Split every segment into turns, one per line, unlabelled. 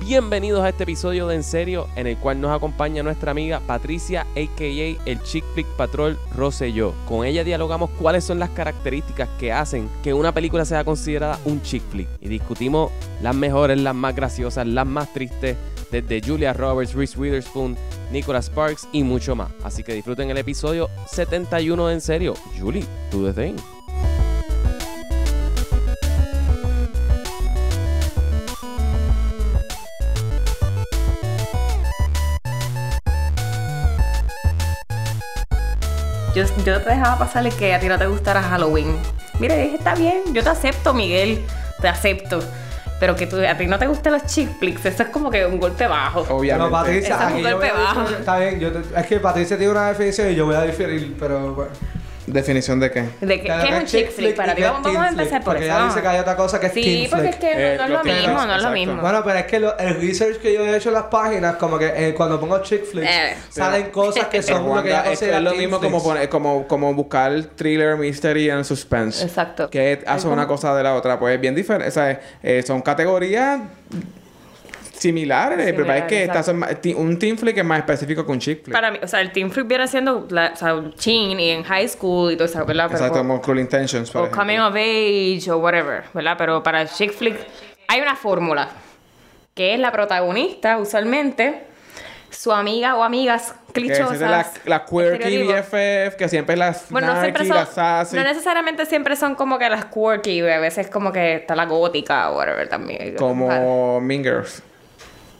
Bienvenidos a este episodio de En Serio, en el cual nos acompaña nuestra amiga Patricia, a.k.a. el Chick Flick Patrol Rosselló. Con ella dialogamos cuáles son las características que hacen que una película sea considerada un chick flick. Y discutimos las mejores, las más graciosas, las más tristes, desde Julia Roberts, Reese Witherspoon, Nicholas Sparks y mucho más. Así que disfruten el episodio 71 de En Serio. Julie, tú desde ahí.
Yo, yo te dejaba pasarle que a ti no te gustara Halloween. Mira, dije, está bien, yo te acepto, Miguel, te acepto. Pero que tú, a ti no te gusten los chick flicks, eso es como que un golpe bajo.
Obviamente.
Pero Patricia,
Ese es un
aquí yo
golpe
voy a-
bajo.
Está bien, yo te- es que Patricia tiene una definición y yo voy a diferir, pero bueno.
¿Definición de qué?
¿De qué,
Claro,
qué es
que
un chick flick para
y
ti?
que es
Vamos, vamos a
teen flick,
empezar por
Porque
eso.
ella
vamos.
dice que hay otra cosa que es
Sí,
teen
porque es
flick.
que
Eh,
no,
los
es lo
teen
mismo,
flicks,
no es lo
exacto.
mismo.
Bueno, pero es que lo- el research que yo he hecho en las páginas, como que eh, cuando pongo chick flicks,
Eh.
salen cosas que son lo que ella
Wanda, esto
considera
es lo
teen
mismo como,
flicks.
poner- como, como buscar thriller, mystery and suspense.
Exacto.
Que hace una cosa de la otra. Pues es bien diferente. O sea, eh, son categorías similares. pero
Similares,
es que estas son más- ti- un teen flick es más específico que un chick flick.
Para mí, o sea, el teen flick viene siendo la, o sea, un teen y en high school y todo eso, ¿verdad? Pero-
Exacto, como Cruel Intentions, por
o
ejemplo.
coming of age o whatever, ¿verdad? Pero para el chick flick hay una fórmula que es la protagonista usualmente su amiga o amigas
Que esa
clichosas.
es la, la quirky
estereotipos.
BFF, que siempre es la
Bueno, no siempre
snarky,
son,
la sassy.
no necesariamente siempre son como que las quirky, a veces como que está la gótica o whatever también.
como Mingers.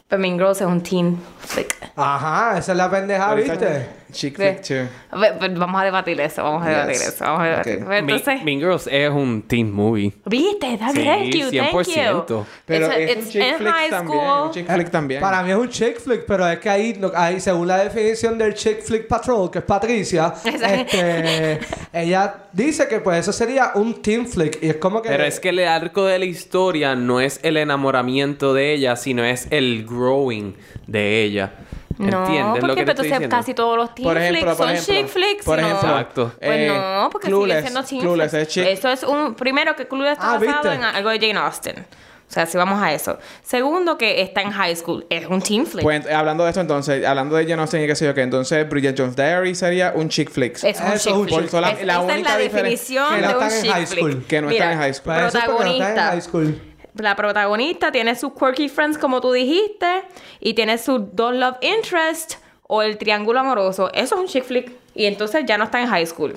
Pero Mean Girls es un teen flick.
Ajá, esa es la pendejada, ¿viste?
Chick
Ah, Ve.
flick, too.
A ver, pero Vamos a debatir eso, vamos a
Yes.
debatir eso, vamos a debatir.
Ok.
Pero Entonces,
mean Girls es un teen movie.
viste, that's
Sí,
thank you, thank you.
100%.
Pero
It's a-
es un
it's
chick
in high
flick también.
school.
Un chick flick también.
Ah, Para mí es un chick flick, pero es que ahí, no- ahí según la definición del chick flick patrol, que es Patricia,
Exacto.
este, ella dice que pues eso sería un teen flick. Y es como que...
Pero es que el arco de la historia no es el enamoramiento de ella, sino es el growing de ella.
No,
¿Entiendes lo que
porque pues,
te
entonces
estoy diciendo?
casi todos los teen
Por ejemplo,
flicks
por
son
ejemplo,
chick flicks.
por
¿no?
ejemplo,
Exacto.
Pues
eh,
no, porque
Clueless,
sigue siendo chick
Clueless
flicks.
es chick-
Eso es un... Primero, que Clueless está
Ah,
basado
¿viste?
en algo de Jane Austen. O sea, si vamos a eso. Segundo, que está en high school. Es un teen flick.
Pues, eh, hablando de esto, entonces, hablando de Jane Austen y qué sé yo qué, entonces Bridget Jones Diary sería un chick flick.
es un
eso es un
chick flick.
chick- la-
Es-
la
esa es
única
la
diferencia-
definición
que no
de un
están en high
chick
school,
flick.
que no están en high school.
Pues eso es porque no está en high school. Ah,
La protagonista tiene sus quirky friends, como tú dijiste, y tiene sus dos love interests o el triángulo amoroso. Eso es un chick flick. Y entonces ya no está en high school.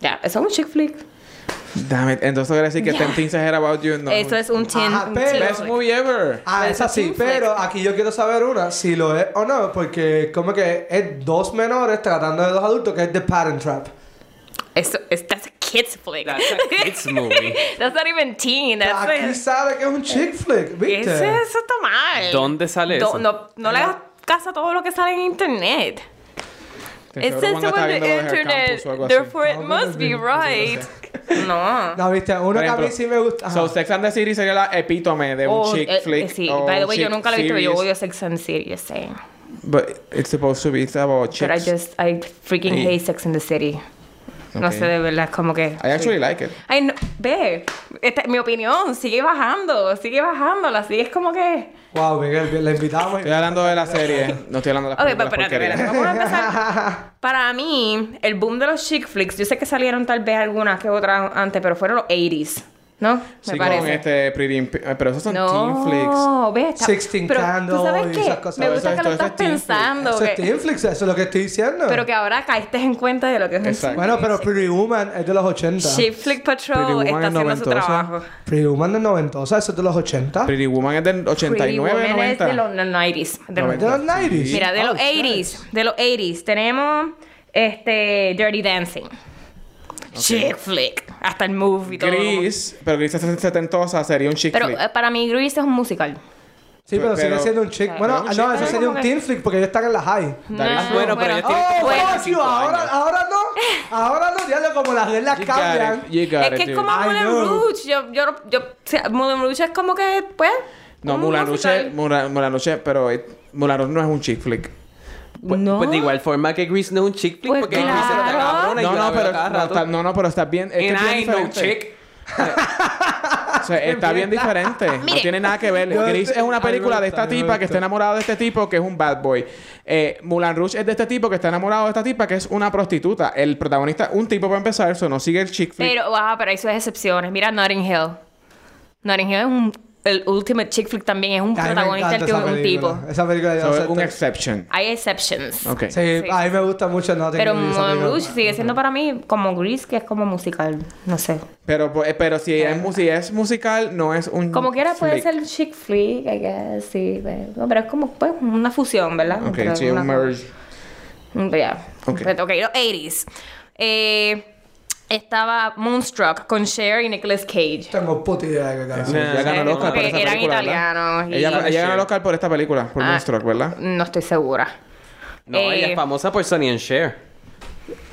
Ya, eso es un chick flick.
Damn it. Entonces quiere decir que Ten Things I Heard About You no.
Eso es un teen.
Ajá,
un
pero-
teen
Best
flick.
movie ever.
Ah,
Pero
es
eso es
así,
un
pero aquí yo quiero saber una, si lo es o no, porque como que es dos menores tratando de dos adultos, que es The Parent Trap.
Eso, es, that's a kids flick.
That's a kids movie.
That's not even teen.
O sea,
That's
Aquí
a-
sabe que es un chick flick,
¿Qué es
¿viste?
eso está mal.
¿Dónde sale
Do-
eso?
No, no le hagas caso a todo lo que sale en internet.
Te
It
seguro
says
Wanda
it
está
on the
viendo lo de Her
internet,
Campus o algo así.
therefore it
No,
must be
no, no, no,
right. No.
No, Ah, viste, uno
Por
que a
ejemplo,
mí sí me gusta. Ajá.
So, Sex and the City sería la epítome de un
Oh,
chick
eh, eh,
flick.
sí,
o
by the way, yo
chick
nunca lo he visto, pero yo
series.
odio Sex and the City, just saying.
But it's supposed to be it's about
But I
chicks.
just, I freaking
Sí.
hate Sex and the City. No
Ok.
sé, de verdad, es como que...
I actually like it.
Ay, no, ve, esta, mi opinión sigue bajando, sigue bajando, la sigue es como que...
Ah, Wow, Miguel, la invitamos.
Estoy hablando de la serie. No estoy hablando de
Ok,
las
pero
películas
espérate,
porquerías.
espérate, vamos a empezar. Para mí, el boom de los chick flicks, yo sé que salieron tal vez algunas que otras antes, pero fueron los 80s, ¿no? Me
Sí, con
parece.
este Pretty in Pink. Eh, Pero esos son
no,
teen flicks.
ve, está-
16
pero, ¿tú
Candles
sabes
y esas
qué?
cosas.
Me
Eso
gusta
es-
que lo
todo eso
estás
es teen flick.
pensando.
Eso es
que-
teen flicks, eso es lo que estoy diciendo.
Pero que ahora caíste en cuenta de lo que es un
Exacto.
Bueno, pero Pretty Woman es de los 80.
Chick Flick
Pretty
Patrol
Woman
está
es
haciendo su
noventosa.
trabajo.
Pretty Woman es 90, o sea, eso es de los 80.
Pretty Woman es del
Pretty
89,
Woman es
90.
de los 90s. de los-
De los 90
Mira,
Oh,
de los 80s, de los 80s tenemos este Dirty Dancing. Chick flick, hasta el movie y todo.
Gris, pero Gris es setentosa, sería un chick
Pero
flick.
eh, para mí Grease es un musical.
Sí, pero, sigue
Pero-
siendo un chick. Bueno,
Pero es un
no,
chick.
eso sería un teen flick porque ellos están en la high.
Dale.
no,
bueno, pero
bueno.
ellos tienen
Oh,
como
bueno,
45
bueno, ahora,
años.
ahora no. Ahora no, diablo, como las reglas
You
cambian.
got it, you got
Es
it,
que es
dude.
como
I
Moulin
know.
Rouge. Yo, yo, yo, o sea, Moulin Rouge es como que, pues.
No,
como un
Mulan
musical.
Rouge, Mulan, Moulin Rouge, pero eh, Moulin Rouge no es un chick flick.
Pues,
no.
pues de igual forma que Grease no es un chick flick,
Pues
porque Grease está
claro.
cabrona y
No,
yo la
no,
veo
pero
cada
no,
rato.
está, no, no, pero estás bien. Es que
And
es bien
I no
diferente.
chick.
O sea, está bien diferente. No
Ah, Mire.
tiene nada que ver.
Yo
Gris
estoy-
es una
a mí me
película de esta
gusta, a mí me
tipa que
gusta.
está enamorada de este tipo que es un bad boy. Eh, Mulan Rouge es de este tipo que está enamorado de esta tipa que es una prostituta. El protagonista, un tipo para empezar, eso no sigue el chick flick.
Pero, wow, pero hay sus excepciones. Mira Notting Hill. Notting Hill es un, el ultimate chick flick también. Es un
A mí me
protagonista el
encanta
que
esa
es un tipo.
película. Esa película yo
So,
no
es
sé,
un
estoy-
exception.
Hay exceptions.
Ok.
Sí,
Sí.
a mí me gusta mucho Notting
Pero
Hill, esa
Moulin
película.
Rouge sigue siendo para mí como Grease, que es como musical. No sé.
Pero, pues, pero si, es, si es musical, no es un.
Como quiera puede
Mm, flick.
ser chick flick, I guess, sí. Pero, pero es como pues, una fusión, ¿verdad?
Ok,
Entre
sí, un
alguna-
merge.
Mm, Yeah.
Ok.
But, ok, los 80s. Eh, estaba Moonstruck con Cher y Nicolas Cage.
Tengo puta idea de qué carajo.
Sí, ya ganó el
no,
Oscar por
porque
esa
eran
película, ¿verdad?
italianos y-
Ella, ella ganó el Oscar por esta película, por
Ah,
Moonstruck, ¿verdad?
No estoy segura.
No, ella
Eh,
es famosa por Sonny and Cher.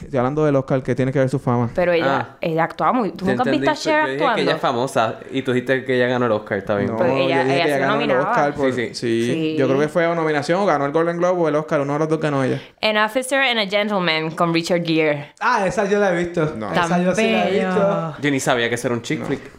Estoy hablando del Oscar que tiene que ver su fama.
Pero ella,
Ah.
ella actuaba muy. ¿Tú
Te
nunca has
entendí,
visto a
pues,
Cher
Yo dije que ella es
actuando?
famosa y tú dijiste que ella ganó el Oscar, está bien.
No,
Pero Pues ella-
yo dije
ella
que
se
ganó el
nominaba.
Oscar por-
Sí, sí.
sí.
Sí.
Yo creo que fue o nominación o ganó el Golden Globe o el Oscar. Uno de los dos ganó ella.
An Officer and a Gentleman con Richard Gere.
Ah, esa yo la he visto.
No.
Esa
Tan
yo sí la he
bello.
visto.
Yo ni sabía que eso era un chick flick.
Es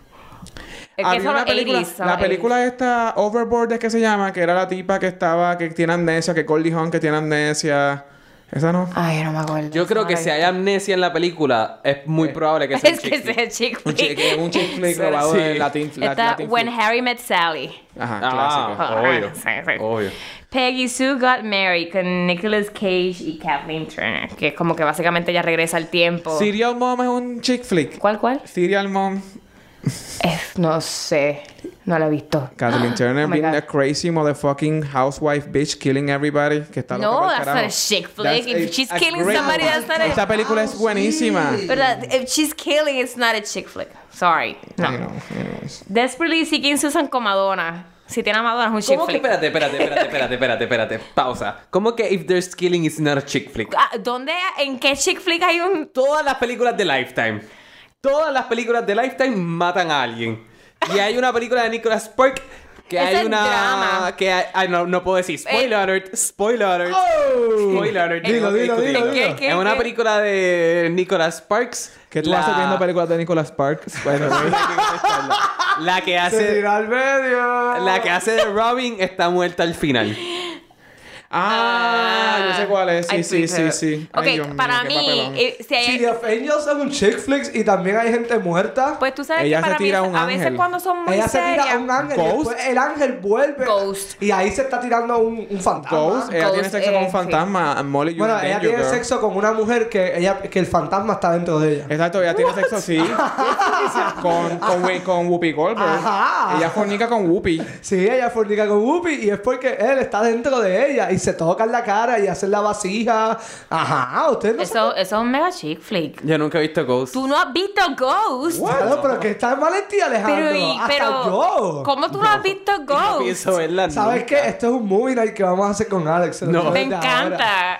que
Había
son
una
los
película,
80s, son
la
los 80s.
película esta Overboard es que se llama, que era la tipa que estaba, que tiene amnesia, que Goldie Hawn que tiene amnesia. Esa no.
Ay, no me acuerdo.
Yo creo que si hay amnesia en la película, es muy probable que sea un
Es que
chick flick.
sea chick
Un chick,
flick.
un chick flick
Suena-
robado
Sí.
de Latin, la-
Está
Latin
When
flick.
Harry Met Sally.
Ajá, clásico.
Ah, obvio.
Sí, sí.
Obvio.
Peggy Sue Got Married con Nicolas Cage y Kathleen Turner. Que es como que básicamente ella regresa al tiempo.
Serial Mom es un chick flick.
¿Cuál, cuál?
Serial Mom.
Es- no sé. No la he visto. Oh
Kathleen Turner
my
being
God.
a crazy motherfucking housewife bitch killing everybody que está
No,
loca pa'l
that's
carajo.
not a chick flick.
That's
If she's killing
great
somebody,
one.
that's not a-
Esta película
Ah,
es buenísima.
Ah.
Pero if she's killing, it's not a chick flick. Sorry.
I
No.
know, anyways.
Desperately Seeking Susan con Madonna. Si tiene a Madonna es un chick
¿Cómo que
flick.
espérate, espérate, espérate, espérate, espérate, espérate? Pausa. ¿Cómo que If There's Killing is not a chick flick?
Ah, ¿Dónde, en qué chick flick hay un...?
Todas las películas de Lifetime. Todas las películas de Lifetime matan a alguien. Y hay una película de Nicholas Spark que
Ese
hay
es
una
drama.
que hay- ay, no, no puedo decir spoiler
Eh. oh.
alert, spoiler alert. Spoiler alert.
Dilo,
tengo que
dilo, dilo,
discutirlo.
dilo. ¿Qué, qué,
Es una
qué?
película de Nicholas Sparks.
¿Qué tú
la-
haces viendo películas de Nicolas Sparks? by the way?
La que
Se
hace
tiró al medio.
la que hace de Robin está muerta al final.
ah, yo sé cuál es. Sí,
Ay,
sí, sí,
Twitter.
sí.
Ok,
Ay, Dios mío,
para
qué
mí,
papelón.
eh, si hay-
City of Angels es un chick flick y también hay gente muerta.
pues tú sabes
Ella
que
se
para mí,
tira un
a veces
ángel.
cuando son muy
Ella se tira
serias...
a un ángel y
Ghost.
después el ángel vuelve.
Ghost.
Y ahí se está tirando un, un fantasma.
Ghost, ella tiene
Ghost,
sexo con
eh,
un fantasma. Molly, you
Bueno,
in
ella
danger,
tiene
girl.
sexo con una mujer que ella que el fantasma está dentro de ella.
Exacto, ella tiene sexo, sí. con, con, Wi- con Whoopi Goldberg.
Ajá.
Ella fornica con Whoopi.
Sí, ella fornica con Whoopi y es porque él está dentro de ella y se tocan la cara y hacen la vasija. Ajá, ustedes no
Eso, eso es un mega chick flick.
Yo nunca he visto Ghost.
Tú no has visto Ghost.
Claro, pero que está en Valentía, Alejandro.
Pero, y-
Hasta
pero
yo.
¿cómo tú no has visto
No
Ghost?
pienso verla
¿Sabes
nunca.
qué? Esto es un movie night que vamos a hacer con Alex. se lo
No.
digo
Me
desde ahora.
encanta.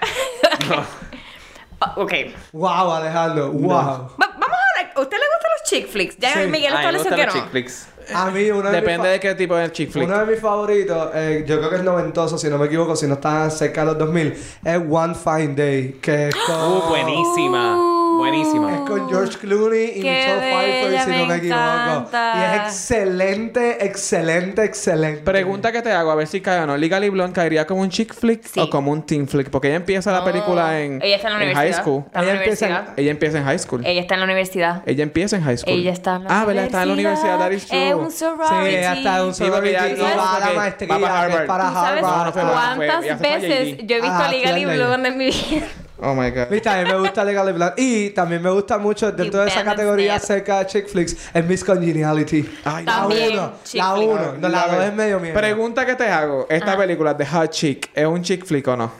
Oh, ok.
Wow, Alejandro. Wow.
Va- vamos a ver. ¿A usted le gustan los chick flicks? Ya
Sí.
Miguel
Ay, me
estableció
gustan
que
los
no.
chick flicks.
A mí uno de mis
Depende
fa-
de qué tipo de chick flick.
Uno de mis favoritos, eh, yo creo que es noventoso, si no me equivoco, si no está cerca de los 2000, es One Fine Day, que es con,
Uh, buenísima.
es
Uh.
Buenísima.
con George Clooney y
Oh, Qué
Michelle Pfeiffer,
bella,
si no
me
me equivoco. Y
encanta.
es excelente, excelente, excelente.
Pregunta que te hago, a ver si cae o no. Legally Blonde caería como un chick flick
Sí. Oh.
o como un teen flick. Porque ella empieza la película en,
Ella está en la
en
universidad.
high school.
Está en la
Ella empieza en-
universidad.
Ella empieza en high school.
Ella está en la universidad.
Ella empieza en high school.
Ella está en la
Ah, ¿verdad? Está en la universidad. That is
Es
true.
un
Sí,
sorority.
hasta un
Sí, porque
sorority
ya-
y
¿sabes?
va a
porque
la
va
maestría
para
que es
Harvard.
para
¿Tú sabes
No, Ah, no
Harvard.
fue para-
cuántas
fue- ya se fue a
veces
JD.
yo he visto
Ah,
a Legal y
claro,
Blonde en mi vida?
Oh my God.
Viste, a mí me gusta Legal Blonde. Y también me gusta mucho dentro de esa
Dependence
categoría
Nap.
cerca de chick flicks es Miss Congeniality.
Ay,
La
También,
uno,
chick
la
flick.
uno, no, la dos es medio miedo.
Pregunta que te hago.
Ah.
Esta película de Hot Chick, ¿es un chick flick o no?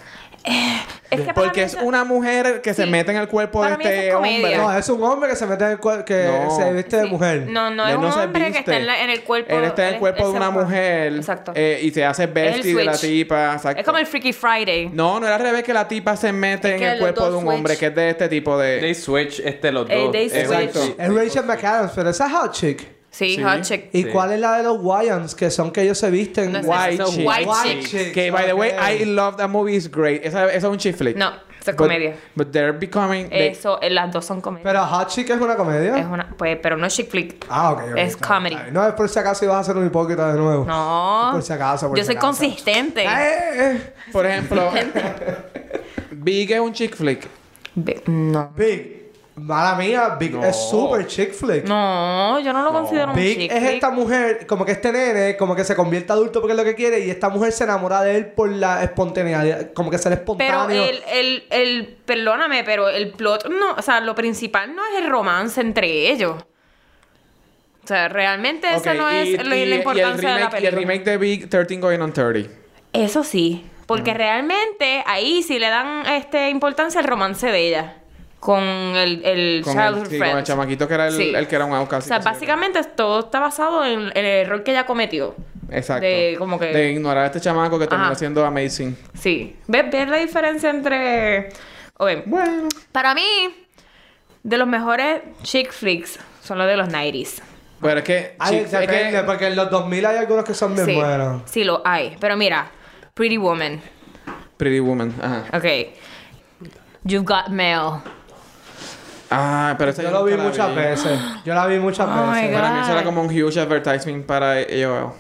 Es que para
Porque
mí
es
eso-
una mujer que se
Sí.
mete en el cuerpo de
Para mí eso es
este
comedia.
hombre.
No, es un hombre que se mete en el cuerpo, que
No.
se viste de
Sí.
mujer.
No, no,
Él
es un
se
hombre que está en, la-
viste.
en el cuerpo.
Él está en el cuerpo de
es
una
hombre.
mujer.
Exacto.
eh, y se hace bestie de la
switch.
tipa. exacto.
es como el Freaky Friday.
No, no era al revés que la tipa se mete en
que
el
los
cuerpo
dos
de un
switch.
hombre que es de este tipo de.
They switch este los
Eh,
dos.
they
Es
switch.
Exacto.
un-
Es Rachel McAdams, pero esa es hot chick.
Sí,
Sí.
hot chick.
¿Y
Sí.
cuál es la de los Wyans? Que son que ellos se visten.
No es
White
eso,
chick.
White
White
chick.
chick.
Que, by the way,
Ok.
I love that movie. It's great. Esa, esa es un chick flick.
No, eso es
But-
comedia.
But they're becoming... they-
Eso, eh, las dos son comedia.
Pero Hot Chick es una comedia.
es una, pues, pero no es chick flick.
Ah, ok. ok,
Es
está bien,
comedy.
está bien. No es por si acaso ibas a ser un hipócrita de nuevo.
No.
Por si acaso, por
Yo
si
soy
acaso.
consistente.
Eh, eh.
Por ejemplo, Big es un chick flick.
Ve- No.
Big. Mala mía, Big
No.
es super chick flick.
No, yo no lo considero un
Big
chick
es
flick.
esta mujer, como que este nene, como que se convierte adulto porque es lo que quiere y esta mujer se enamora de él por la espontaneidad, como que ser espontáneo.
Pero el, el, el, perdóname, pero el plot, no, o sea, lo principal no es el romance entre ellos. O sea, realmente esa
Ok,
no es
y-
lo-
y- y
la
el
importancia de la
remake-
película.
Y el remake de Big 13 Going on 30.
Eso sí,
Mm.
porque realmente ahí sí le dan este importancia al romance de ella con el, el
Con el,
childhood
sí, con
friend.
el chamaquito que era el,
Sí.
el que era un
o
outcast.
sea,
Sí, sí.
básicamente todo está basado en el error que ella cometió.
Exacto.
de como que-
De ignorar a este chamaco que terminó
Ajá.
siendo amazing.
Sí. ¿Ves, ves la diferencia entre... Ok,
Bueno.
Para mí, de los mejores chick flicks son los de los 90s.
Pero es que...
Ay,
chick- es
depende,
que-
porque en los 2000 hay algunos que son bien
sí,
buenos.
sí, lo hay. Pero mira, Pretty Woman,
Pretty Woman. Ajá.
ok. You've Got Mail.
Ah, pero esa
Yo lo vi
nunca la
muchas veces. Yo la vi muchas
Oh my
veces.
God.
Para mí eso era como un huge advertisement para ellos.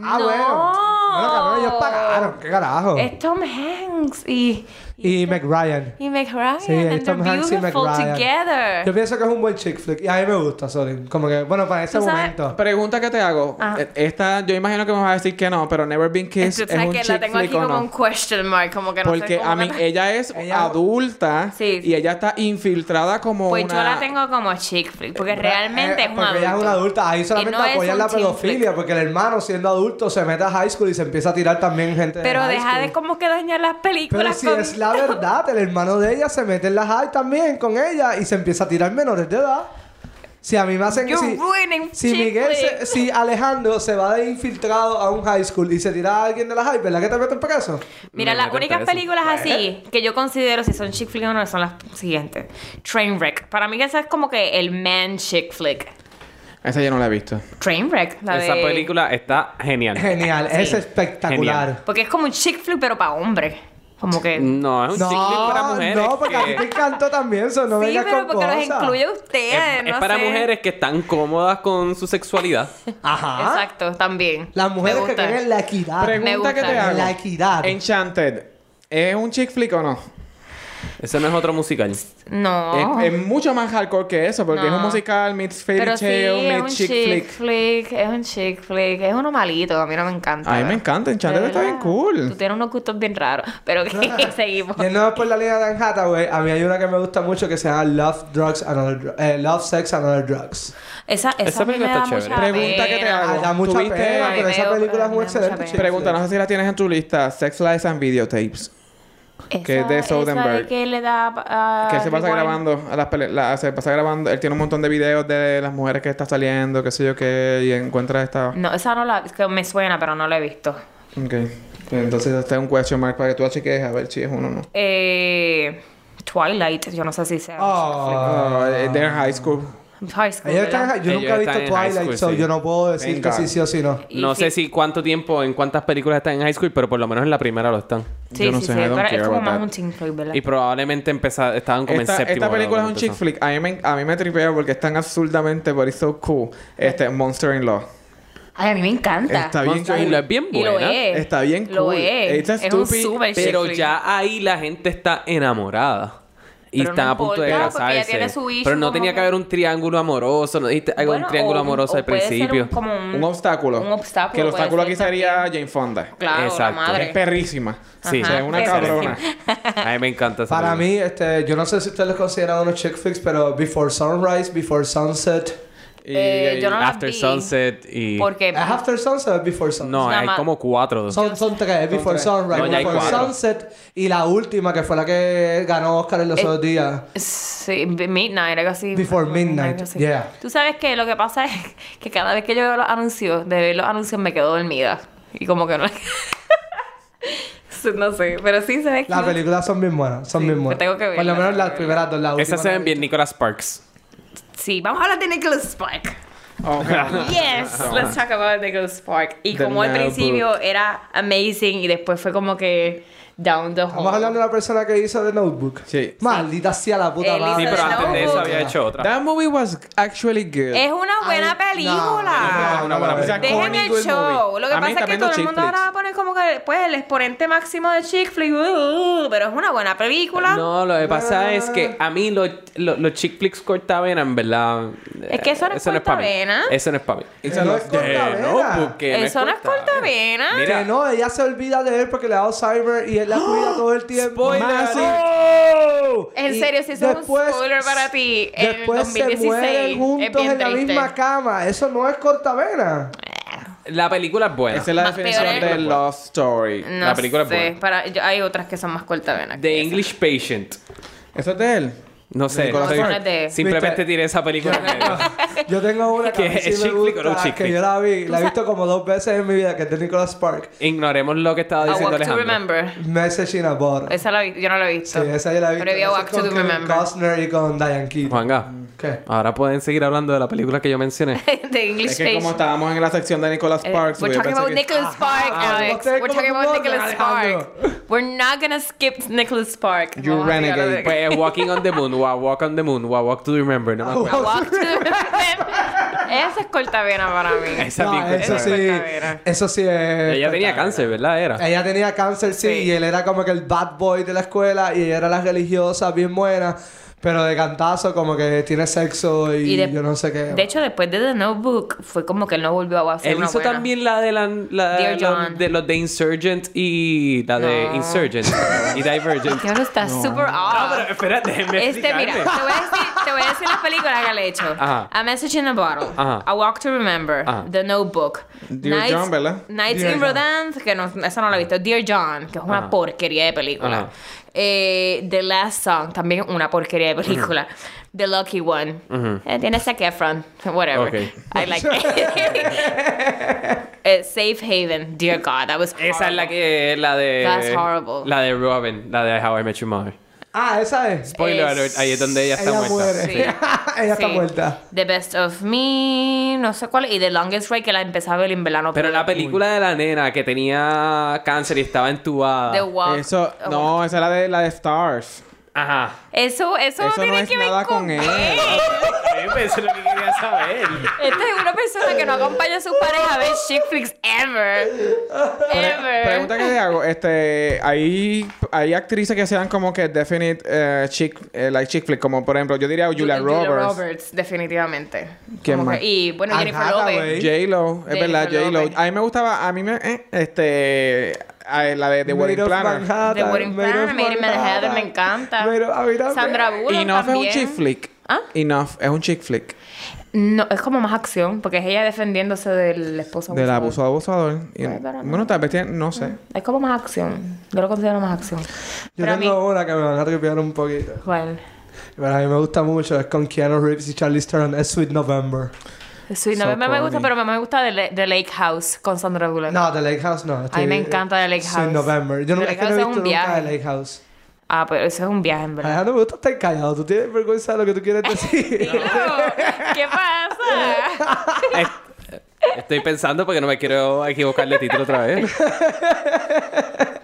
Ah,
No.
bueno. Bueno, cabrón, ellos pagaron. ¿Qué carajo?
Es Tom Hanks y...
Y Meg Ryan.
Y Meg Ryan,
Sí,
and
es
they're
Tom Hanks y Meg
beautiful
Ryan. Yo
together.
pienso que es un buen chick flick. Y a mí me gusta, sorry. Como que, bueno, para ese
Tú sabes-
momento.
Pregunta que te hago.
Ajá.
Eh, Esta, yo imagino que me vas a decir que no, pero Never Been Kissed
Entonces,
es un
que la
chick
tengo
flick
aquí
o
como
no.
un question mark, como que no sé
Porque
cómo
a mí,
me-
ella es
Ella-
adulta
Sí.
y ella está infiltrada como
Pues
una...
yo la tengo como chick flick, porque
Pero,
realmente
eh,
es un
porque ella es una adulta. Ahí solamente
no es
apoyan
un
la
chick flick.
pedofilia. Porque el hermano, siendo adulto, se mete a high school y se empieza a tirar también gente de
Pero
high
deja de
school.
como que dañar las películas
Pero si
con-
es la verdad, el hermano de ella se mete en la high también con ella y se empieza a tirar menores de edad. Si a mí me hacen...
You're
si,
ruining
si
chick
Miguel, se-
flick.
si Alejandro se va de infiltrado a un high school y se tira a alguien de la high, ¿verdad que te meten preso?
Mira,
Me
las
meten
únicas
preso.
películas así
¿Eh?
que yo considero si son chick flick o no son las siguientes. Trainwreck. Para mí que esa es como que el man chick flick.
Esa yo no la he visto.
Trainwreck, la
Esa
de-
película está genial.
Genial, es
Sí.
espectacular.
Porque es como un chick flick pero para hombre. Como que...
Mm.
No, es un chick flick para
No,
mujeres.
no, porque a ti
que-
Eh,
te encantó también eso, no
sí,
vengas
pero
con
porque
cosas.
los incluye
es,
ustedes,
es
no
para
sé.
mujeres que están cómodas con su sexualidad.
Ajá.
Exacto, también.
Las mujeres
Me
que
gusta.
tienen la equidad.
Pre-
Pregunta que
gusta.
te hago.
La equidad.
Enchanted. ¿Es un chick flick o no?
Ese no es otro musical.
No.
Es, es mucho más hardcore que eso, porque
Oh. No.
es un musical, meets fairy
pero sí,
tale,
es un
meets chick flick.
flick, es un chick flick, es uno malito, a mí no me encanta.
A mí me encanta, Enchanted
De
está bien
verdad. Tú
cool.
tienes unos gustos bien raros, pero que seguimos.
Yéndonos por la línea de Anne Hathaway, a mí hay una que me gusta mucho que se llama Love, Drugs and Other Dru- eh, Love, Sex and Other Drugs.
Esa, esa,
Esa
a mí
película
me
está
da mucha
chévere.
Pregunta que te
pena.
hago.
Ah, da mucha
¿Tuviste-
pena,
Ay,
pero esa
veo-
película
me da
es un
mucha
excelente
pena.
chick
Pregunta,
flick.
no sé si la tienes en tu lista. Sex, Lies and Videotapes. que es de
Esa-
Soderbergh.
esa de que le da ah,
que él se pasa
rewind.
grabando a las pele- la- se pasa grabando él tiene un montón de videos de las mujeres que está saliendo qué sé yo qué y encuentra esta
No, esa no la... es que me suena, pero no la he visto.
ok entonces este es un question mark para que tú la cheques a ver si es uno o no
Eh, Twilight, yo no sé si sea...
Oh.
Ah, eh, they're high school
High School,
Ellos
¿verdad?
están, en- yo
Ellos
nunca he visto
están en high
Twilight,
school,
so
sí.
yo no puedo decir
Venga.
que sí, sí o sí no.
Y
No sé
sí-
si cuánto tiempo, en cuántas películas están en high school, pero por lo menos en la primera lo están.
Sí,
yo no
sí,
sé,
sí,
I don't
pero
care
es como
about
más
that.
un chick flick, ¿verdad?
Y probablemente empeza- estaban como en
esta,
séptimo.
esta película es un chick
chick
flick a mí me, a mí me tripea porque es tan absurdamente but it's so cool este Monster in Law
Ay, a mí me encanta.
está bien
Monster in
cool
Law es bien
Y lo
buena.
es.
Está bien
Lo
cool.
es.
It's a
Es un
stupid,
super chick
Pero
flick.
ya ahí la gente está enamorada. Y
Pero no
están a punto de
importa, porque ella
casarse.
tiene su issue
pero no
como
tenía
que-
que haber un triángulo amoroso. No dijiste algo de
Bueno,
un triángulo
o-
amoroso
o
al
puede ser un-
principio.
como un,
un obstáculo
Mm. Un obstáculo
que el
puede
obstáculo
ser
aquí sería
también.
Jane Fonda
Claro, la
Exacto.
es
madre.
perrísima
Sí.
o sea, es una
Ajá,
cabrona
A mí me encanta esa
Para
película.
mí, este, yo no sé si ustedes los consideran unos chick flicks, pero Before Sunrise, Before Sunset.
Y-
Eh, yo no las
After
vi.
Sunset y.
Porque
¿Es After Sunset o es Before Sunset?
No,
Nada
hay
más.
como cuatro.
Son, son tres, Before Sunrise,
No, ya hay
Before
cuatro.
Sunset y la última que fue la que ganó Oscar en los
Eh,
otros días.
Sí, B- Midnight, algo así.
Before
Algo así.
Midnight, yeah.
Tú sabes que lo que pasa es que cada vez que yo veo los anuncios, de ver los anuncios me quedo dormida. Y como que no. no sé, pero sí se ve
Las
cute.
películas son bien buenas, son
Sí,
bien buenas.
que tengo que
Por lo
verlas,
menos
tengo
las
que
primeras dos, la última.
Esas se ven bien Nicolas Sparks.
Sí, vamos a hablar de Nicholas Spark.
Ok.
Yes, let's talk about The Ghost Park. Y
The
como al
Notebook.
principio era amazing y después fue como que down the
Vamos a hablar de
hole.
la persona que hizo The Notebook.
Sí.
Maldita sea la puta
Él
madre.
Sí,
hizo
pero
The
antes de eso
Eh, Notebook.
había hecho otra.
That movie was actually good.
Es una buena
Ay, no,
película.
no, no, no, no, no, no.
Dejen el show. Lo que pasa es que todo el mundo ahora va a
ahora...
poner como que pues el exponente máximo de chick flick, uh, pero es una buena película.
No, lo que pasa es que a mí los, los, los chick flicks cortavena, en verdad.
Es que eso no es
para mí.
cortavena.
Eso no es para mí. Eh,
Eso no es cortavena.
no es
Eso no es
cortavena.
cortavena.
Mira. ¡Oh!
Que no, ella se olvida de él porque le da Alzheimer y él la cuida todo el tiempo.
Spoiler.
Más y-
En
y
serio, si eso es un
después-
spoiler para ti, en el
Después se
2016, es
mueren juntos
bien
en la
triste.
misma cama. Eso no es cortavena.
La película es buena.
Esa es la
Más
definición
peor. Mm.
de Love Story.
No
La película es
sé,
buena.
para- yo- hay otras que son más cortavenas.
The English Patient.
¿Eso es de él?
No sé.
Nicolas
estoy-
No, eso no es de-
Simplemente tiré esa película. en medio.
Yo tengo una que,
Que
a mí sí
es
me
chick flick o no
gusta,
chick
que
flick.
yo la vi, la he visto como dos veces en mi vida, que es de Nicholas Spark.
Ignoremos lo que estaba
A Walk
diciendo
to
Alejandro.
Remember.
Message in a Bottle.
Esa la vi- yo no la he visto.
Sí, esa yo la vi.
Pero vi a Walk to
con Kevin
Remember.
Costner y con Diane Keaton.
Juanga,
¿Qué?
ahora pueden seguir hablando de la película que yo mencioné.
The English
Es que como
Patient.
estábamos en la sección de Nicolas
Eh,
Sparks...
we're
yo
talking
pensé
about
que-
Nicholas Spark,
Ajá.
Alex.
Ah, No sé
We're
cómo
talking
tú
about
hablas,
Nicholas Spark.
Alejandro.
We're not gonna skip Nicholas Spark.
You
Vamos a tirar
renegade.
de-
Pues Walking on the Moon, wa- Walk on the Moon, wa- Walk to Remember, no me acuerdo.
A Walk to Remember. Esa es cortavena para mí.
Esa
No,
película.
eso
es
sí,
cortavena.
eso sí es...
Ella tenía cáncer, ¿verdad? Era.
Ella tenía cáncer, sí,
Sí.
y él era como que el bad boy de la escuela y ella era la religiosa bien buena, pero de cantazo como que tiene sexo y,
Y de-
yo no sé qué.
De hecho, después de The Notebook, fue como que él no volvió a hacer
Él
una
hizo
buena.
también la de la, la-
Dear
la-
John.
de los de Insurgent y la de
No.
Insurgent y Divergent.
Diablo, está súper off.
espera, déjeme
Este, mira, te voy, a decir, te voy a decir las películas que le he hecho.
Ajá.
A Message in a Bottle.
Ajá.
A Walk to Remember.
Ajá.
The Notebook.
Dear
Nights-
John, ¿verdad?
Nights
Dear
in
John.
Rodin, que no, esa no la he visto. Dear John, que es una
Ajá.
porquería de película.
Ajá.
Eh, The Last Song, también una porquería de película. The Lucky One. Eh, tiene Zac Efron. Whatever.
Ok.
I like it. Eh, Safe Haven. Dear God, that was
Esa es la
horrible.
que la de
That's horrible.
la de Robin, la de How I Met Your Mother.
ah, esa es.
Spoiler
Es-
alert, ahí es donde ella está
ella
muerta.
muere.
Sí.
ella está
Sí.
muerta.
The Best of Me, no sé cuál, y The Longest Ride que la empezaba el verano.
Pero la película de la nena que tenía cáncer y estaba
The
entubada.
Walk. Oh.
Eso,
a Walk-
no, esa es la de, la de Stars.
Ajá.
Eso, eso, no
Eso no
tiene
es
que ver
nada
con,
con
él.
él.
Eso
pues,
es lo que quería saber.
Esta es una persona que no acompaña a sus parejas a ver chick flicks ever. Ever.
Pregunta que te hago, este, hay, hay actrices que sean como que definite eh, chick, eh, like chick flick, como por ejemplo, yo diría Julia Roberts,
definitivamente.
¿Quién
Como
más? Ah,
que- y bueno,
Anne
Jennifer
Hathaway.
López.
J-Lo, es
Jennifer
verdad, J-Lo.
Lopez.
A mí me gustaba, a mí me, eh, este, a- la de The
Made
Wedding
of
Planner.
Manhattan,
The Wedding
Made of
Planner, Made in Manhattan, me encanta.
Pero, a mí también.
Sandra Bullock
Enough es
también.
un chick flick.
¿Ah?
Enough es un chick flick.
No, es como más acción, porque es ella defendiéndose del esposo.
Del
abusador.
abuso abusador. Y-
Ay, Pues, pero no. Mm.
bueno, tal vez tiene- no sé.
Es como más acción. Yo lo considero más acción.
Yo
Pero a mí,
tengo una que me van a tripear un poquito.
¿cuál?
Pero a mí me gusta mucho, es con Keanu Reeves y Charlize Theron, es Sweet November.
Sí, no
So
me- me, gusta,
corny.
pero me, me gusta The, La- The Lake House con Sandra Bullock.
No, The Lake House no.
A mí me encanta The Lake House.
Sweet November. Yo no,
The
es
Lake
que no he
House es
visto
un
nunca
viaje.
The Lake House.
Ah, pero eso es un viaje, en verdad.
Alejandro, me gusta estar callado. Tú tienes vergüenza de lo que tú quieres decir.
Dilo, ¿Qué pasa?
Estoy pensando porque no me quiero equivocar de título otra vez.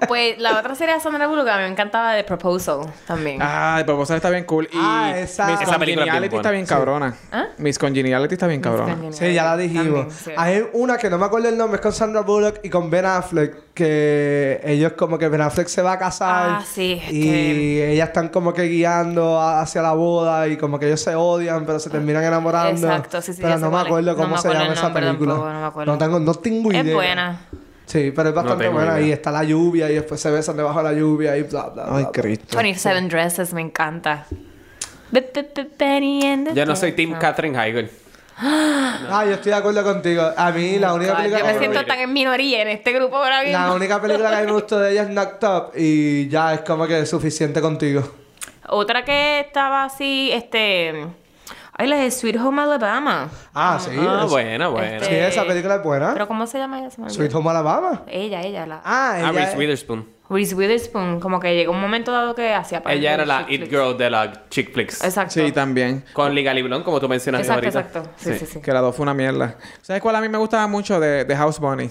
Pues la otra serie de Sandra Bullock a mí me encantaba The Proposal también.
Ah, el proposal está bien cool. Y
Ah, esa-
Miss
película es
Esa
bien
Congeniality
buena.
está bien cabrona.
¿Ah?
Miss Congeniality está bien cabrona.
Sí, ya la dijimos.
También, sí.
Hay una que no me acuerdo el nombre, es con Sandra Bullock y con Ben Affleck, que ellos como que Ben Affleck se va a casar.
Ah, sí,
Y
que-
ellas están como que guiando a- hacia la boda y como que ellos se odian, pero se terminan enamorando.
Ah, Exacto, sí, sí,
Pero
ya sé
no me
cuál es.
acuerdo
No
cómo
me
se
acuerdo
llama
el
esa
nombre
película.
tampoco, no me acuerdo.
tengo, no tengo idea.
Es buena.
Sí, pero es bastante
tengo
buena.
idea.
Y está la lluvia y después se besan debajo de la lluvia y bla, bla, bla.
Ay,
bla.
Cristo.
27 Dresses me encanta.
Yo
Yo
no soy Team Catherine Heigl.
Ah, yo estoy de acuerdo contigo. A mí la única película
Oh, Yo
que
me
me-
siento tan en minoría en este grupo ahora mismo.
La única película que a mí me gustó de ella es Knocked Up y ya es como que suficiente contigo.
Otra que estaba así, este. Ay, la de Sweet Home Alabama.
Ah, sí.
Ah,
es-
buena,
este,
buena.
Sí, esa película es buena.
¿Pero cómo se llama ella? Se me olvidó.
Sweet Home Alabama.
Ella, ella, la.
Ah,
Ah,
ella
Reese
es-
Witherspoon.
Reese Witherspoon, como que llegó un momento dado que hacía parte
Ella era
del
la
chick
it
flick.
girl de la chick flicks.
Exacto.
Sí, también.
Con Liga Liblón, como tú mencionaste
Exacto,
ahorita.
exacto. Sí, sí, sí.
Que la dos fue una mierda. ¿Sabes cuál a mí me gustaba mucho de, de House Bunny?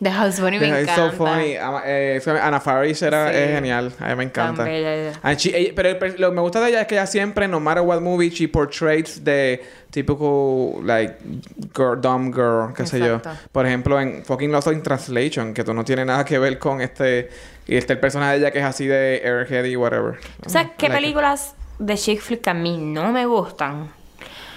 The House Bunny me
De- it's
encanta.
so funny. Ama- eh, es que Ana Faris era
Sí.
es genial. A mí me
Tan
encanta.
bella ella.
And she- ella- pero, pero lo que me gusta de ella es que ella siempre, no matter what movie, she portrays the typical, like, girl, dumb girl, qué sé yo.
Exacto.
Por ejemplo, en fucking Lost in Translation, que tú no tienes nada que ver con este... Y este el personaje de ella que es así de airhead y whatever.
Mm,
O sea, ¿qué
Like it.
películas de chick flick a mí no me gustan?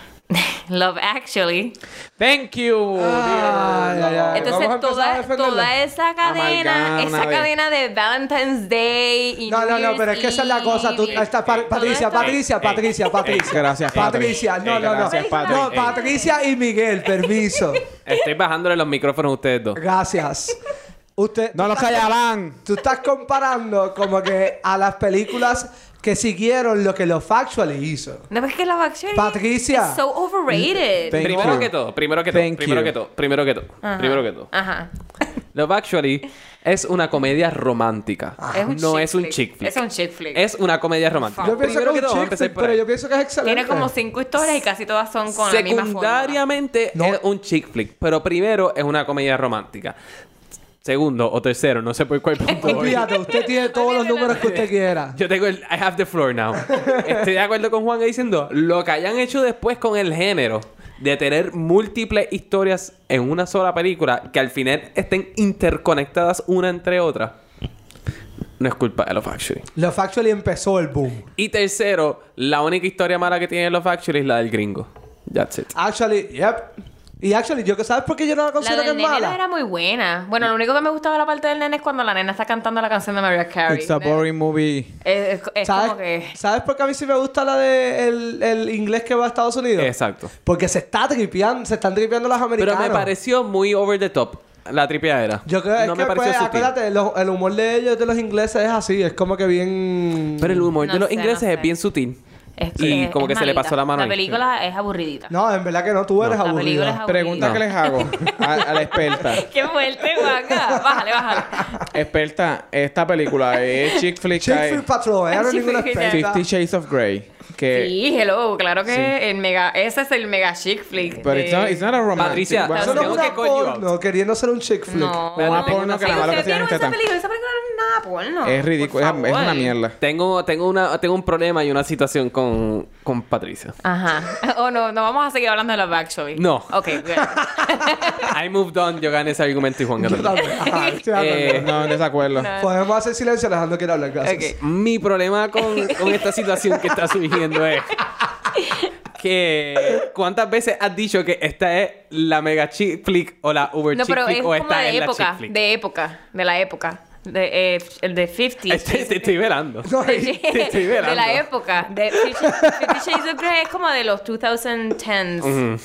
Love Actually.
Thank you.
Ah,
Ay, ay, ay. Vamos a
Entonces,
empezar a
toda,
defenderla.
toda esa cadena,
Amalgama
esa
de-
cadena de Valentine's Day y
No,
New
no, no,
Year's
pero es que esa es la cosa. Tú,
Eve,
esta- Pa-
todo esto-
Patricia,
Eh,
Patricia, Patricia, Patricia.
Gracias, Patri.
Patricia. No,
Ey,
no, no.
gracias, Patri.
No,
Ey.
Patricia y Miguel, permiso.
Estoy bajándole los micrófonos a ustedes dos.
Gracias. Usted,
No los callarán.
Tú estás comparando como que a las películas que siguieron lo que los Factually hizo.
No, pero es que Love Actually
Patricia.
is so overrated.
Thank
Primero
you.
que todo, primero que todo,
Thank
primero
you.
que todo, primero que todo,
Ajá.
primero que todo.
Ajá.
Love Actually es una comedia romántica.
Es un
Ah, no
chick
es un
flick.
chick flick.
Es un chick flick.
Es una comedia romántica.
Fuck.
Yo pienso
Primero
que,
que
es un
todo, vamos a
chick
empezar
flick,
por
pero
ahí.
yo pienso que es excelente.
Tiene como cinco historias y casi todas son con la misma forma.
Secundariamente
No.
es un chick flick, pero primero es una comedia romántica. Segundo o tercero, no sé por cuál punto voy.
Olvídate, usted tiene todos los números que usted quiera.
Yo tengo el I have the floor now. Estoy de acuerdo con Juan diciendo lo que hayan hecho después con el género de tener múltiples historias en una sola película que al final estén interconectadas una entre otra. No es culpa de Love Actually.
Los Factually empezó el boom.
Y tercero, la única historia mala que tiene Love Actually es la del gringo. That's it.
Actually, yep. Y actually, yo que sabes por qué yo no la
La
considero que
del
es
nene no
mala.
era muy buena. Bueno, lo único que me gustaba de la parte del nene es cuando la nena está cantando la canción de Mariah Carey.
It's a boring movie.
Es, es- es
¿Sabes,
como que...
¿Sabes por qué a mí sí me gusta la de el, el inglés que va a Estados Unidos?
Exacto.
Porque se está tripeando, se están tripeando los
Pero
americanos.
me pareció muy over the top la tripeadera.
Yo creo es
no
que
me pareció
pues,
sutil.
acuérdate, lo- el humor de ellos, de los ingleses, es así. Es como que bien...
Pero el humor de
No
los
sé, no
ingleses es
sé.
bien sutil.
es-
y
es-
como
es
que se le
malita.
pasó la mano ahí.
La película es aburridita.
No, en verdad que no. Tú eres
No.
La
aburrido.
película es aburrida.
Pregunta que les hago a, a la experta.
Qué fuerte, guaca. Bájale, bájale.
Experta, esta película es chick flick. cae-
Chick-fil Patrol. Era
Ay, sí,
ninguna
fíjate.
experta.
Fifty Shades of Grey. Que,
Sí, hello. Claro que
Sí.
el mega... Ese es el mega chic flick.
Pero it's not,
de-
it's not a romantic
Patricia,
one.
Eso no es
Tengo
una
que call you
porno, queriendo ser un chick flick.
No.
Una porno que
Ay,
la mala que
¿ustedes
tienen
vieron esa
tetas.
película? Esa película no es nada porno.
es ridículo, es,
Por
es una
favor.
mierda.
Tengo, tengo, una, tengo un problema y una situación con, con Patricia.
Ajá. Oh, no, no vamos a seguir hablando de Love Actually.
No.
Ok, good.
I moved on, yo gané ese argumento y Juan
Yo
ganó.
también. Ajá, estoy de acuerdo.
Eh,
No, en desacuerdo.
Podemos Pues hacer silencio, Alejandro quiere hablar, gracias.
Ok.
Mi problema con, con esta situación que está surgiendo es que cuántas veces has dicho que esta es la mega chick flick o la uber
No,
chick
pero
flick
es
o
como
esta
de
es la
época,
chick flick.
de época, de la época. De, eh, el de 50.
Este- te estoy velando. te estoy
de
velando.
la época. De Fifty Fifty Shades of Grey es como de los 2010s.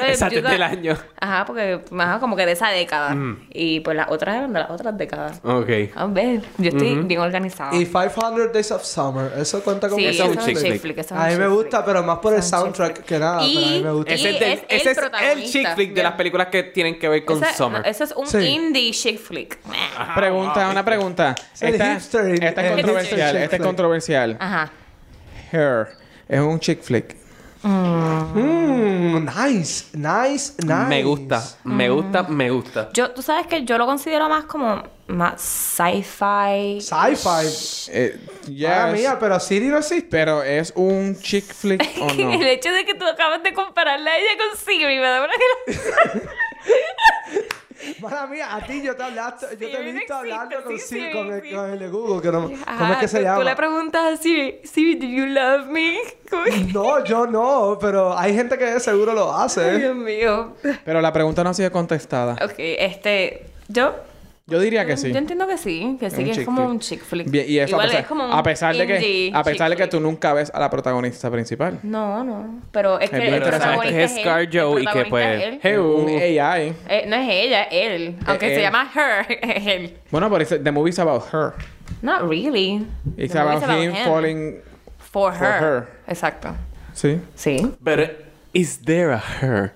Exacto,
Exacto,
yo-
Mm. es del año.
Ajá, porque ajá, como que de esa década. Y pues las otras eran de las otras décadas.
Ok.
A ver, yo estoy bien organizada.
Y 500 Days of Summer, eso cuenta como
Sí,
Eso
eso
es
es
un
un
chick
chick
flick.
flick. eso es un
A mí me
chick
gusta,
flick.
pero más por el
Son chick
soundtrack
flick.
que nada.
Y-
pero a mí me gusta.
es-
Ese del-
el
ese es el
protagonista.
chick flick de las películas que tienen que ver con
Ese-
Summer. Ah.
no, Eso es un
Sí.
indie chick flick.
Pregunta, una pregunta.
el
Esta,
hipster in-
esta
el
es
hipster
controversial.
chick
Esta es
flick.
controversial.
Ajá.
Her es un chick flick.
Mm, nice, nice, nice.
Me gusta, me
Ah.
gusta, me gusta.
Yo, tú sabes que yo lo considero más como más sci-fi.
Sci-fi.
Eh, yes,
Ya, mía, pero Siri no existe.
pero es un chick flick
Oh,
o no.
El hecho de que tú acabas de compararla a ella con Siri me da una
Mala mía, a ti yo te hablaste, yo te
Siri
he
no
visto hablando
existe,
con
sí,
Siri,
sí,
con el,
sí.
con el de Google, que no, ¿cómo es
Ajá,
que se
tú, tú
llama?
le preguntas a Siri, Siri, do you love me? Como que-
No, yo no, pero hay gente que seguro lo
Ay,
hace. ¿eh?
Dios mío.
Pero la pregunta no ha sido contestada.
Ok, este, yo...
Yo diría que sí.
Yo entiendo que sí, que sí,
un
que es
chick
como
flick.
un chick flick.
Bien, y eso
Igual
a pesar,
es como un
a pesar de que
indie
a pesar de
chick
que tú
flick.
nunca ves a la protagonista principal.
No, no, pero es que
bien
el
interesante.
protagonista
Que es
es él,
Scar
el
Joe y que,
protagonista
pues,
es él.
hey,
Un AI.
Eh, no es ella, es él. Aunque
él.
se llama her, es él.
Bueno, pero it's- the movie's about her.
Not really.
It's
The movie
about
is
him falling.
For
for
her.
her.
Exacto.
Sí.
Sí.
But is there a her?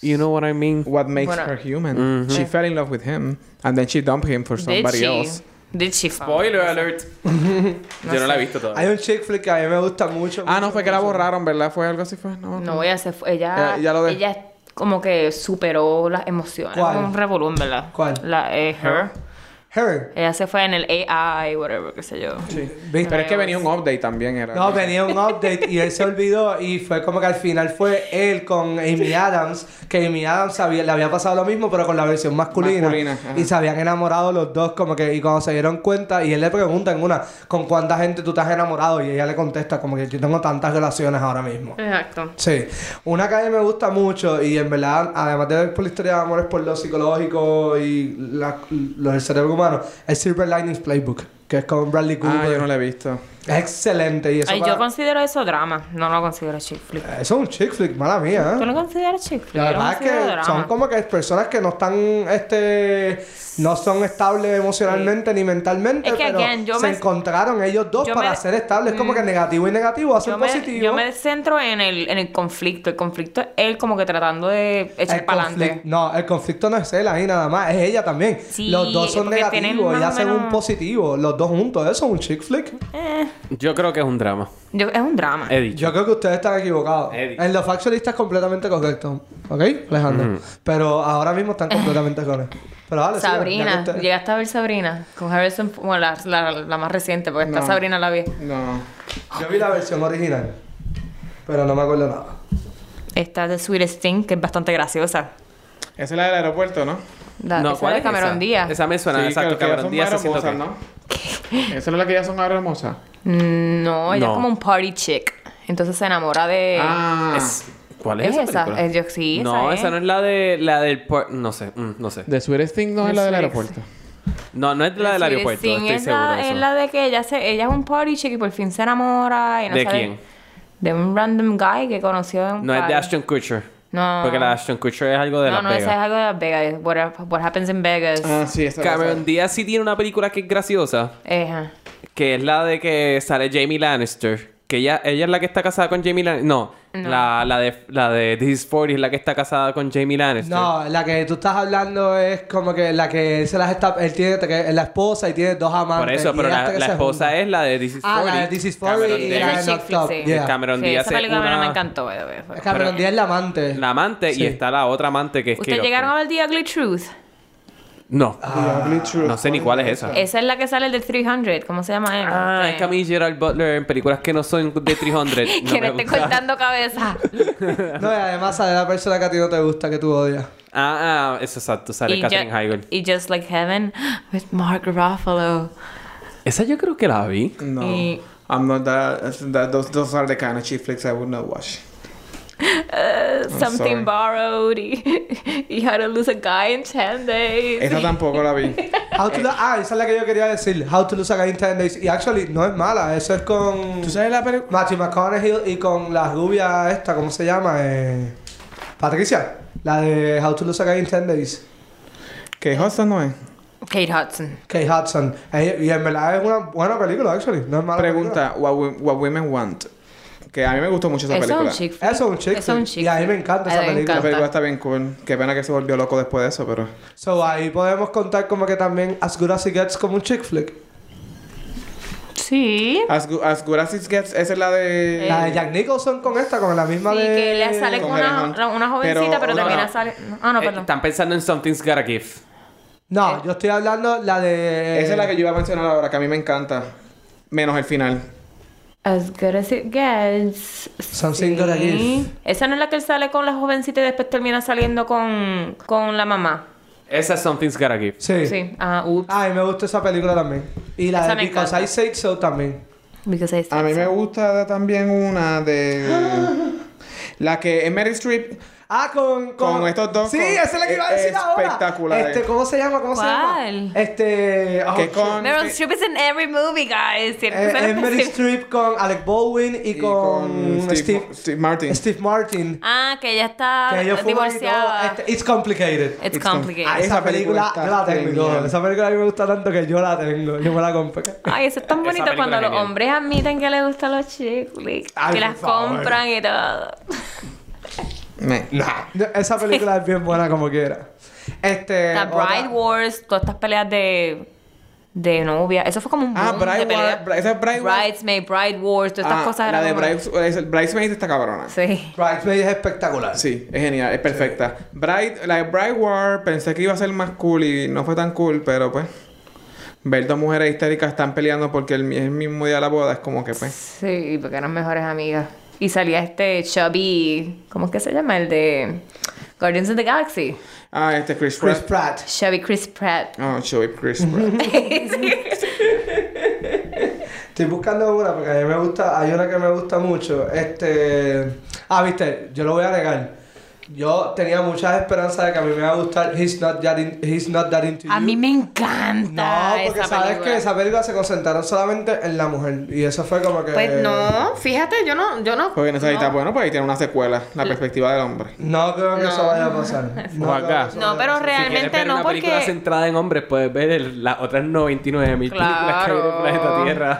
You know what I mean?
What makes
Bueno.
her human? She fell in love with him and then she dumped him for
Did
somebody
she?
else.
Did she fuck?
Spoiler alert. Yo no la he visto
Hay
todavía.
un chick flick que a mí me gusta mucho.
Ah, no,
mucho,
fue que la
mucho.
borraron, ¿verdad? Fue algo así, fue. No,
No, ella se fue. Ella,
Ya- ya lo dejó.
ella como que superó las emociones.
¿Cuál?
Un revolú, ¿verdad?
¿Cuál?
La eh, Her.
Her.
Ella se fue en el AI, whatever, qué sé yo.
¿Viste?
Pero es que venía un update también, era.
No, venía un update y él se olvidó y fue como que al final fue él con Amy Adams, que Amy Adams había- le había pasado lo mismo pero con la versión masculina.
Masculina, ajá.
y se habían enamorado los dos como que y cuando se dieron cuenta y él le pregunta en una, ¿con cuánta gente tú te has enamorado? Y ella le contesta como que yo tengo tantas relaciones ahora mismo.
Exacto.
Sí, una que a mí me gusta mucho y en verdad, además de ver por la historia de amores por lo psicológico y la- lo del cerebro humano, es Silver Linings Playbook, que es con Bradley Cooper.
Ah, yo no la he visto.
Es excelente y eso,
Ay,
para-
yo considero eso drama. No lo considero chick flick.
eso es un chick flick, mala mía.
¿Tú
¿eh?
lo consideras chick flick? Yo
La
lo
verdad es
considero
que
drama.
son como que personas que no están, este, no son estables emocionalmente ni mentalmente,
Es que,
pero
again, yo
se
me-
encontraron ellos dos
yo
para
me- Mm.
ser estables, como que negativo y negativo hacen
yo me,
positivo.
yo me centro en el, en el conflicto. El conflicto es él como que tratando de echar
El
para
conflicto,
adelante.
no, el conflicto no es él ahí nada más, es ella también.
Sí,
los dos son
porque tienen
negativos y
más o
hacen un
menos-
positivo, los dos juntos, eso es un chick flick.
Yo creo que es un drama.
Eh, Es un
Eh,
drama.
He dicho.
Yo creo que ustedes están equivocados.
Eddie.
En los factualistas es completamente correcto, ¿ok? Alejandro.
Mm.
Pero ahora mismo están completamente correctos. Pero dale, sigan, ya que
Sabrina,
ustedes-
llegaste a ver Sabrina con Harrison, bueno, la, la, la más reciente, porque está
No.
Sabrina la vi.
No.
Yo vi la versión original, pero no me acuerdo nada.
Está The Sweetest Thing, que es bastante graciosa.
Esa es la del aeropuerto, ¿no?
La, esa de Cameron
esa?
Díaz.
Esa me suena,
Sí,
exacto.
que- que ya
Cameron
son
Díaz
más
se siento
hermosas,
que...
¿no? Esa es la que ya son ahora hermosas.
Mm, No, ella
No.
es como un party chick. Entonces se enamora de.
Ah,
Es- ¿Cuál es,
Eh, ¿Es esa?
película?
Es yo- sí, esa
no,
es.
esa no es la de la del puer- no sé, mm, no sé.
The Sweetest Thing no
The
es la del
Sweetest
aeropuerto.
No, no es la del
Sweetest
aeropuerto,
Thing
estoy
es
seguro
la,
de
es
eso.
la de que ella, se, ella es un party chick y por fin se enamora. Y no
¿De
sabe-
quién?
De un random guy que conoció en un
No es de
party.
Ashton Kutcher.
No.
Porque la de Ashton Kutcher es algo de
No,
Las
no,
Vegas.
esa es algo de Las Vegas. What, what happens in Vegas.
Ah, sí, esa
Cameron Díaz sí tiene una película que es graciosa,
Eh, ajá.
que es la de que sale Jamie Lannister, que ella ella es la que está casada con Jamie Lannister. No, La, la de la de This is 40 es la que está casada con Jamie Lannister.
No, la que tú estás hablando es como que la que él se las está. Él tiene que es la esposa y tiene dos amantes.
Por eso,
y
pero
ella
la,
hasta que
la
se
esposa
junta.
es la de This is 40.
Ah, la de This is
Cameron
40 y
Díaz.
Ella
la de
es
Knocked
chick
Up.
flick, sí.
Yeah.
Cam- Cameron
Sí,
Díaz
Esa
es
película
una-
me encantó. by the way.
Es Cameron Díaz es la amante.
La amante
Sí.
y está la otra amante que es
¿Ustedes
Kate
llegaron a
Upton.
ver The Ugly Truth?
No.
Ah,
Díaz.
No sé ni cuál es esa.
Esa es la que sale del 300. ¿Cómo se llama él?
Ah,
Este-
es que a mí Gerald Butler en películas que no son de 300 no me
que no esté
gusta.
cortando cabeza.
No, y además sale la persona que a ti no te gusta, que tú odias.
Ah, ah, eso exacto, sale
ju-
Catherine Heigl.
y Just Like Heaven with Mark Ruffalo.
Esa yo creo que la vi.
No.
Y-
I'm not that, that those, those are the kind of chick flicks I would not watch.
uh, something
sorry.
Borrowed. Y, y How to Lose a Guy in 10 Days.
Esa tampoco la vi.
How to lo- ah, esa es la que yo quería decir. How to lose a guy in 10 days. Y actually, no es mala. Eso es con.
¿Tú sabes la película?
Matthew McConaughey y con la rubia esta, ¿cómo se llama? Eh, Patricia. La de How to lose a guy in 10 days.
Que Hostas no es.
Kate Hudson.
Kate Hudson. Eh, y en verdad es una buena película, actually. No es mala
Pregunta, what, Wo- What Women Want. Que a mí me gustó mucho esa
Eso es un
película.
chick
película.
flick.
Eso es un chick
Eso es un
flick.
chick
Y a mí
flick.
me encanta
A
esa
ella le
película.
La
encanta.
película está bien cool. Qué pena que se volvió loco después de eso, pero...
So ahí podemos contar como que también As Good As It Gets como un chick flick.
Sí.
As, Gu- As Good As It Gets, esa es la de...
La de Jack Nicholson con esta, con la misma
Eh. Sí,
de...
que le sale con
con
una,
Helen Hunt.
una jovencita, pero,
Pero- no,
también
no.
sale. Ah, no,
Eh,
perdón.
están pensando en Something's Gotta Give.
No, yo estoy hablando la de...
Esa es la que yo iba a mencionar ahora, que a mí me encanta. Menos el final.
As good as it gets.
Something gotta give.
Esa no es la que él sale con la jovencita y después termina saliendo con, con la mamá.
Esa es Something's Gotta Give.
Sí.
Sí. Ah, ups.
Ay, me gusta esa película también. Y la
Esa
de
me
Because
encanta.
I Said So también.
Because I said
A mí me
so.
gusta también una de... La que es Meryl Streep.
Ah, con,
Con estos dos,
Sí,
con-
esa es la que iba a
es-
decir ahora.
espectacular.
Este, ¿cómo se llama? ¿Cómo se
¿Cuál?
llama? Este, oh,
Que con-
Meryl Streep is in every movie, guys. Tiene que
eh,
ser
es Meryl
específico.
Streep con Alec Baldwin y,
Y
con, Steve,
Steve, Steve Martin.
Steve Martin.
Ah, que ella está
que ellos fuman y
divorciada.
todo. Este, it's complicated.
It's,
It's
complicated.
Ah,
complicated.
esa
Esa película
película,
está
yo la tengo.
genial.
Esa película a mí me gusta tanto que yo la tengo. Yo me la compré.
Ay, eso es tan
Esa
bonito
película
cuando
es
los
genial.
hombres admiten que les gustan los chicles.
Ay,
Que
por
las
favor.
compran y todo.
Me-
Nah. Esa película es bien buena como quiera. Este.
La
otra-
Bride Wars, todas estas peleas de de novia. Eso fue como un
Ah,
boom de
Bride
pelea.
War- Bri- esa es Bride War.
Bridesmaid, Bride Wars, todas estas
Ah,
cosas.
La
eran
de
como-
Bride, es- Bridesmaids está cabrona. Sí.
Sí.
Bridesmaid es espectacular.
es genial, es perfecta. Bride, la de Bride War pensé que iba a ser más cool y no fue tan cool, pero pues. Ver dos mujeres histéricas están peleando porque el, mi- el mismo día de la boda es como que pues.
Sí, porque eran mejores amigas. Y salía este Chubby. ¿Cómo es que se llama? El de Guardians of the Galaxy.
Ah, este Chris
Chris
Pratt.
Pratt.
Chubby Chris Pratt.
Oh, Joey Chris Pratt.
Estoy buscando una porque a mí me gusta, hay una que me gusta mucho. Este. Ah, viste, yo lo voy a negar. Yo tenía muchas esperanzas de que a mí me iba a gustar He's Not That, in- He's not that Into
A
You.
mí me encanta.
No, porque
esa
sabes
película.
que esa película se concentraron solamente en la mujer. Y eso fue como que.
Pues no, fíjate, yo no, yo no.
Porque en esa
no.
lista, bueno, pues ahí tiene una secuela, la perspectiva del hombre.
No creo que
No.
eso vaya a pasar. No,
Ojalá.
creo que eso
No,
vaya a
pero
pasar.
quieres
realmente
ver
no,
una película
porque.
centrada en hombres, puedes ver el- las otras 99 mil películas que hay en el planeta
Claro.
Tierra.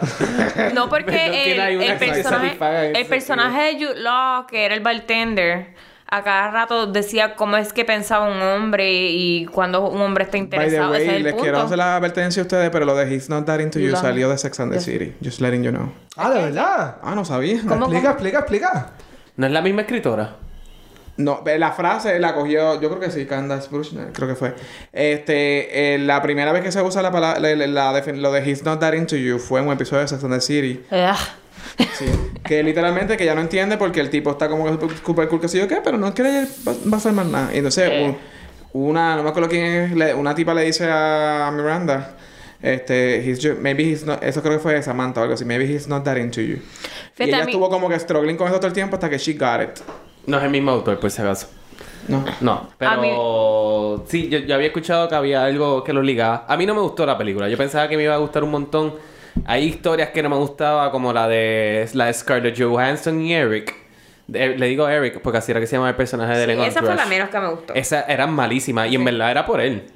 Pero
No, porque
que
el,
no hay una
el
que
personaje,
satisfaga ese
el personaje de Jude Law, que era el bartender, a cada rato decía cómo es que pensaba un hombre y cuando un hombre está
By the
interesado.
way,
ese es el
les quiero
punto.
hacer la advertencia a ustedes, pero lo de He's Not That Into You
Lo-
salió de Sex and the City. Just letting you know.
Ah, de verdad.
Ah, no sabía.
Explica, explica, explica.
¿No es la misma escritora?
No, eh, la frase la cogió, yo creo que sí, Candace Brushner, creo que fue. Este, eh, la primera vez que se usa la palabra, la- la- la defin- lo de He's Not That Into You fue en un episodio de Sex and the City.
Ugh.
Sí. que literalmente que ya no entiende porque el tipo está como que super- super cool, que sé yo qué, pero no quiere va a hacer más nada. Y entonces,
Eh.
un- una, no me acuerdo quién es, le- una tipa le dice a Miranda, este, he's ju- maybe he's not, eso creo que fue Samantha o algo así, maybe he's not that into you.
Fíjate,
y
a
ella
mí-
estuvo como que struggling con eso todo el tiempo hasta que she got it.
No es el mismo autor, por si acaso.
No.
No, pero sí, yo, yo había escuchado que había algo que lo ligaba. A mí no me gustó la película. Yo pensaba que me iba a gustar un montón. Hay historias que no me gustaba, como la de, la de Scarlett Johansson y Eric. De- le digo Eric porque así era que se llama el personaje de
Sí,
Lennon
esa fue la
Rush.
menos que me gustó.
Esa eran malísimas y en verdad era por él.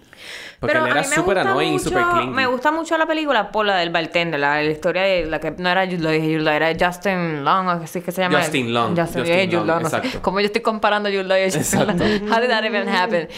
Porque
Pero
él
a
era
mí me
súper
gusta
annoying,
mucho-
súper clingy.
Me gusta mucho la película por la del bartender, la, la historia de la que no era Jude Law, dije Jude Law, era Justin Long, o así que se llama.
Justin Long,
Justin,
Justin
eh, Jude
Long,
Law, no sé.
exacto.
Como yo estoy comparando Jude Law y Justin Long. How did that even happen?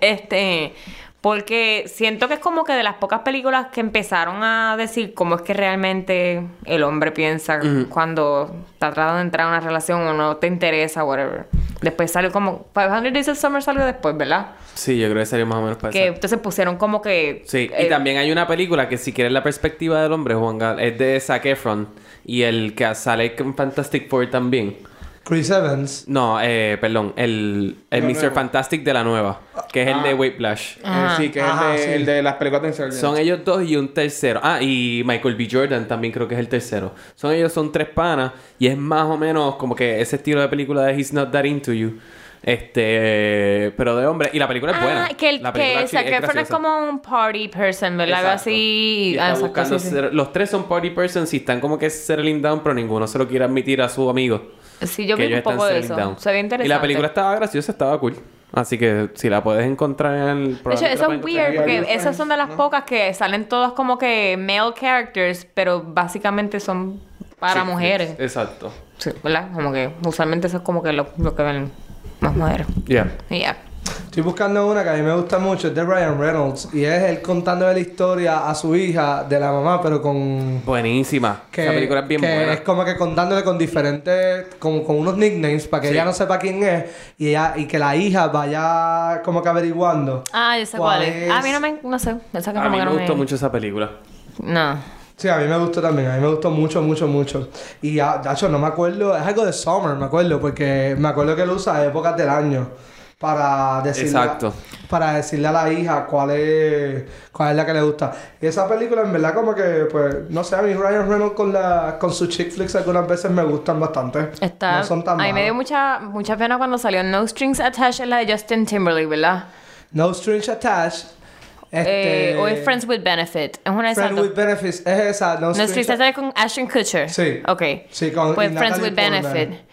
este. Porque siento que es como que de las pocas películas que empezaron a decir cómo es que realmente el hombre piensa cuando está tratando de entrar a una relación o no te interesa, whatever. Después salió como 500 Days of Summer salió después, ¿verdad?
Sí, yo creo que salió más o menos para
Que
esa.
entonces pusieron como que.
Sí, y
eh,
también hay una película que si quieres la perspectiva del hombre, Juan Gal, es de Zac Efron y el que sale con Fantastic Four también.
Chris Evans.
No, eh, perdón, el, el Mr. Fantastic de la nueva, que es el de Whiplash.
Eh, sí, que es el,
Ajá,
de,
sí.
el de las películas de Insurgent.
Son ellos dos y un tercero. Ah, y Michael B. Jordan también creo que es el tercero. Son ellos, son tres panas y es más o menos como que ese estilo de película de He's Not That Into You. Este, pero de hombre. Y la película es buena.
Ah, que el
la película
que
actually
Zac Efron es
graciosa.
como un party person, ¿verdad? Algo
Exacto.
así.
Y está
Ah, exacto,
buscando
sí, sí.
ser- Los tres son party persons y están como que settling down, pero ninguno se lo quiere admitir a su amigo.
Sí, yo
que
vi
ellos
un
están
poco de
settling
eso.
down.
Se ve
Y
interesante.
la película estaba graciosa, estaba cool. Así que si la puedes encontrar en el
De hecho,
probablemente la
eso es
puedes encontrar
weird
en
porque
varios
esas son de las
¿no?
pocas que salen todas como que male characters, pero básicamente son para
Netflix.
mujeres.
Exacto.
Sí, ¿verdad? Como que usualmente eso es como que lo, lo que ven más mujeres.
Yeah.
Y ya.
Estoy buscando una que a mí me gusta mucho, es de Ryan Reynolds. Y es él contando la historia a su hija de la mamá, pero con.
Buenísima.
Que,
Esa película es bien
que
buena.
es como que contándole con diferentes. con, con unos nicknames para que ella no sepa quién es. Y ella, y que la hija vaya como que averiguando.
Ah, yo sé
¿Cuál
cuál es.
es?
A mí no me. No sé. Esa que
A
como
mí
que
me
no
gustó mucho esa película.
No.
Sí, a mí me gustó también, a mí me gustó mucho, mucho, mucho. Y ah, de hecho, no me acuerdo, es algo de Summer, me acuerdo, porque me acuerdo que él usa épocas del año para decirle,
Exacto.
para decirle a la hija cuál es, cuál es la que le gusta. Y esa película, en verdad, como que, pues, no sé, a mí Ryan Reynolds con, la, con sus chick flicks algunas veces me gustan bastante.
Está,
No son tan
a mí me dio
malas.
mucha, mucha pena cuando salió No Strings Attached, es la de Justin Timberlake, ¿verdad?
No Strings Attached.
Eh,
Este,
o es Friends with Benefit. Es una de esas
Friends
dos.
with Benefits, es esa, No,
No
Strings
Strings Attached con Ashton Kutcher.
Sí.
Ok.
Sí, con-
Pues
y
Friends
Natalie
with
Portman.
Benefit.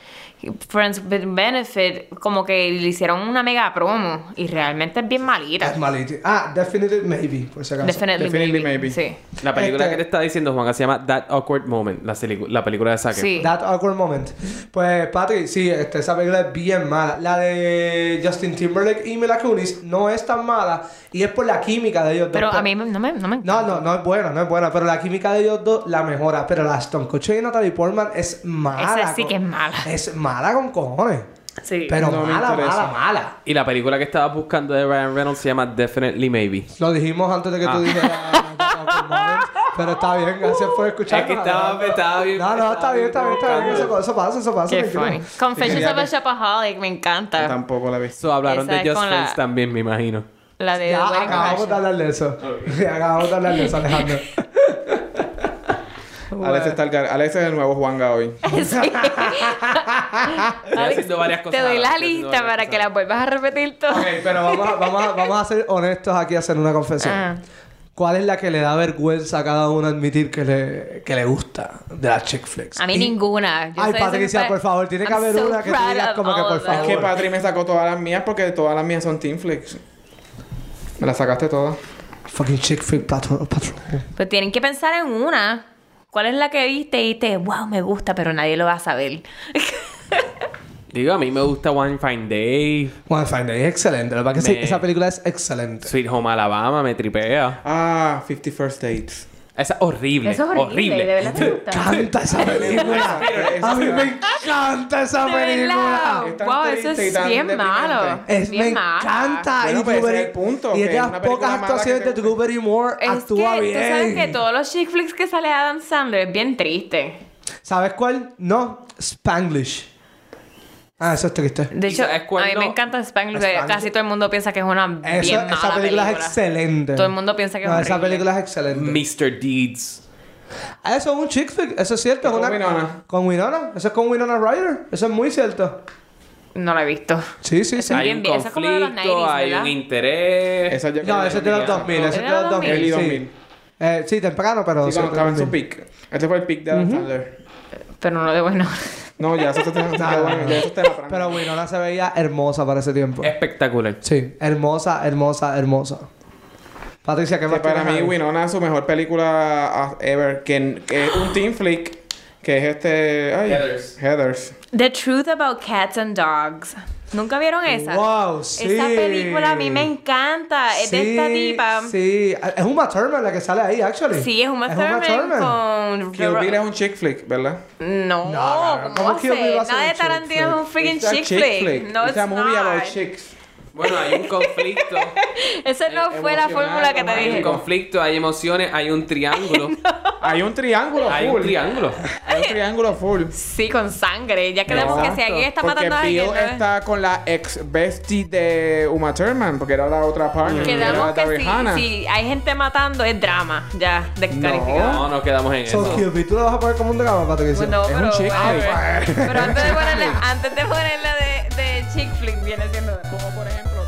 Friends with Benefit, como que le hicieron una mega promo y realmente es bien malita.
Es malito. Ah, Definitely Maybe, por si acaso.
Definitely,
Definitely
maybe.
Maybe.
Sí.
La película
Este-
que te está diciendo, Juan, se llama That Awkward Moment, la, selicu- la película de Saque.
Sí.
That awkward moment. Pues, Patrick, sí, este, esa película es bien mala. La de Justin Timberlake y Mila Kunis no es tan mala y es por la química de ellos dos.
Pero a mí no me, no me
No, no, no es buena, no es buena. Pero la química de ellos dos la mejora. Pero la Stone Coach y Natalie Portman es mala.
Esa sí que es mala.
Es mala con cojones.
Sí.
Pero
No me
mala,
interesa.
mala, mala.
Y la película que estabas buscando de Ryan Reynolds se llama Definitely Maybe.
Lo dijimos antes de que
Ah.
tú dijeras. "Ah, That Awkward Moment, Pero está bien, gracias por escuchar.
Es que estaba- estaba bien-
No, no, está
estaba
bien,
bien
está bien, está bien. Eso, eso pasa, eso pasa.
Qué
tranquilo.
funny. Confessions
Quería
of a Shopaholic, me
Yo
encanta.
tampoco la vi.
So, hablaron
Esa
de
es
Just
con la-
Friends también, me imagino.
La de
Ya,
The Wedding
acabamos de
Crashers.
hablar de eso. acabamos de hablar de eso, Alejandro.
Alex, está el gar- Alex es el nuevo Juanga hoy.
Sí. Alex,
haciendo varias cosas
Te doy
ahora,
la
estoy haciendo
lista
varias
para
cosas
que las vuelvas a repetir
ok,
todas.
pero vamos a, vamos, a, vamos a ser honestos aquí a hacer una confesión.
Ah.
¿Cuál es la que le da vergüenza a cada uno admitir que le, que le gusta de las chick flicks?
A mí
Y-
ninguna. Yo
Ay,
soy
Patricia,
súper-
por favor, tiene que
I'm
haber
so
una que tú
proud
digas
of
como que,
all
por
of
Es
favor.
que Patri me sacó todas las mías porque todas las mías son Team Flicks. Me las sacaste todas.
Fucking chick flick patrón. patrón.
Pues tienen que pensar en una. ¿Cuál es la que viste y te, wow, me gusta, pero nadie lo va a saber?
Digo, a mí me gusta One Fine Day,
One Fine Day es excelente. Lo que pasa es que
Me-
esa película es excelente.
Sweet Home Alabama, me tripea.
Ah, 51st Dates.
Esa es horrible.
Eso es horrible. ¿De verdad te
Me
gusta?
encanta esa película. a mí me encanta esa
De verdad.
película.
Es tan
Wow, eso
triste y
es
tan
bien
deprimente.
malo.
Es,
bien
me
malo.
encanta.
Bueno,
y
pues ese
Drew
es
Berry-
el punto,
Y es
que es
de las
una película
pocas
mala que
actuaciones
te
de Drew Barrymore
Es
actúa
que
bien.
tú sabes que todos los chick flicks que sale Adam Sandler es bien triste.
¿Sabes cuál? No, Spanglish. Ah, eso es triste.
De
¿Y
hecho,
sabes cuál
a mí
no?
me encanta Spanglish.
Spanglish.
Casi todo el mundo piensa que es una
Eso-
bien mala
esa película, es excelente.
Todo el mundo piensa que es
No, esa
horrible.
película es excelente.
Mr. Deeds.
Ah, Eso es un chick flick, eso es
Y
cierto. es
con
una-
Winona.
Con Winona. Eso es con Winona Ryder. Eso es muy cierto.
No la he visto.
Sí, sí, sí.
Eso-
Hay
bien,
un
bien. Esa es como de los
conflicto,
90s,
hay
¿verdad?
un interés.
Esa yo creo
No,
que
eso es de los
mía.
2000. Eso es de
¿Era
los
los
2000.
2000?
Early
sí.
2000.
Eh, sí, temprano, pero...
Sí,
sí,
cuando estaba en su
2000.
peak. Este fue el peak de Adam Sandler.
Pero no de bueno.
No, ya eso está
Nada,
ya eso está en la franja.
Pero Winona se veía hermosa para ese tiempo.
Eh.
Espectacular.
Sí, hermosa, hermosa, hermosa. Patricia, ¿qué
Que
más
para
tienes
mí
ahí?
Winona es su mejor película ah, ever. Que, que es un Team Flick. Que es este... Ay,
Heathers.
Heathers.
The Truth About Cats and Dogs. ¿Nunca vieron esa?
Wow, sí.
Esa película a mí me encanta. Es de esta
Sí,
tipa.
Sí, es Uma Thurman la que sale ahí, actually.
Sí, es Uma Thurman, con...
Kill Bill es un chick flick, ¿verdad?
No,
No, no, no.
¿cómo
¿Cómo Kill Bill va a
se?
ser
Nada
un
de
chick
Tarantino es un freaking chick flick. No,
es
it's
una movie about
not.
chicks.
Bueno, hay un conflicto.
Esa no fue la
emocional,
fórmula que te
hay
hay un
dije.
conflicto, hay emociones, hay un triángulo.
Hay un triángulo full.
Hay un triángulo.
Hay un triángulo full.
Sí, con sangre. Ya creemos que si
Exacto.
alguien está
Porque
matando a alguien.
Bill
¿no?
está con la ex bestie de Uma Thurman, porque era la otra partner.
Quedamos
era la de
que
Rihanna.
si, si hay gente matando es drama. Ya, descalificado.
No, nos quedamos en
So
eso.
Kill Bill, tú la vas a poner como un drama, Patricia.
Bueno,
es un
pero,
chick
whatever.
flick.
pero antes de ponerla, antes de, ponerla de, de chick flick viene siendo.
Como por ejemplo